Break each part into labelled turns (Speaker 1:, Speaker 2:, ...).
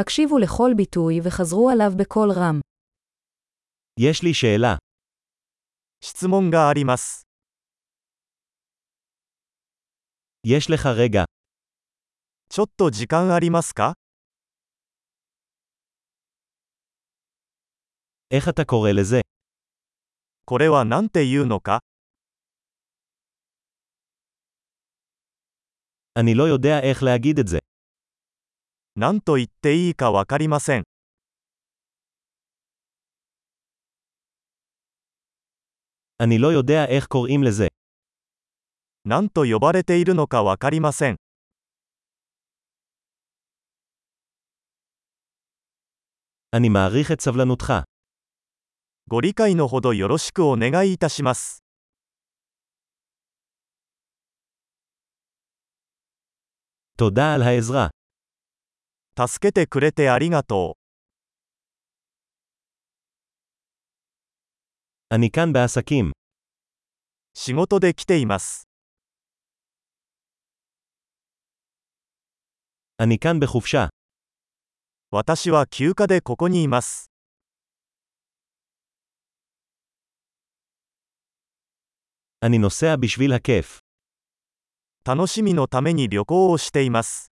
Speaker 1: הקשיבו לכל ביטוי וחזרו עליו בקול רם.
Speaker 2: יש לי שאלה.
Speaker 3: 質問があります。
Speaker 2: יש לך רגע.
Speaker 3: ちょっと時間ありますか
Speaker 2: איך אתה קורא לזה?
Speaker 3: これは何て言うのか
Speaker 2: אני לא יודע איך להגיד את זה.
Speaker 3: 何と言っていいかわかりません。
Speaker 2: אני לא יודע איך קוראים לזה.
Speaker 3: 何と呼ばれているのかわかりません。
Speaker 2: אני מעריך את סבלנותך.
Speaker 3: ご理解のほどよろしくお願いいたします。
Speaker 2: תודה על העזרה.
Speaker 3: 助けてくれてありがと
Speaker 2: אני כאן בעסקים.
Speaker 3: う。仕事で来ています。
Speaker 2: אני כאן בחופשה.
Speaker 3: 私は休暇でここにいます。
Speaker 2: אני נוסע בשביל הכיף.
Speaker 3: 楽しみのために旅行をしています。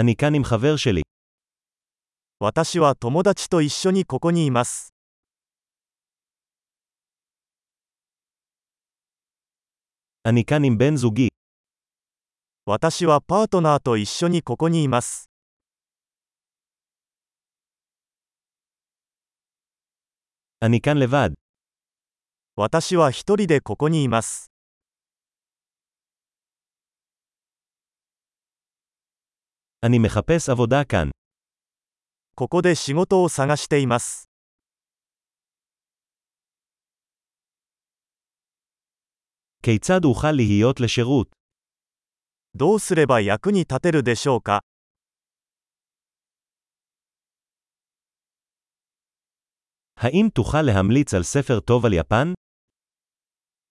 Speaker 2: אני כאן עם חבר שלי.
Speaker 3: 私は友達と一緒にここにいます。
Speaker 2: אני כאן עם בן זוגי.
Speaker 3: 私はパートナーと一緒にここにいます。
Speaker 2: אני כאן לבד.
Speaker 3: 私は一人でここにいます。
Speaker 2: אני מחפש עבודה כאן.
Speaker 3: ここで仕事を探しています。
Speaker 2: כיצד אוכל להיות לשירות?
Speaker 3: どうすれば役に立てるでしょうか
Speaker 2: האם תוכל להמליץ על ספר טוב על יפן?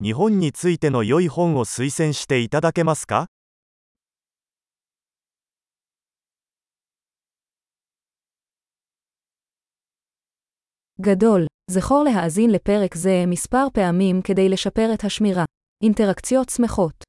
Speaker 3: 日本についての良い本を推薦していただけますか
Speaker 1: גדול, זכור להאזין לפרק זה מספר פעמים כדי לשפר את השמירה. אינטראקציות שמחות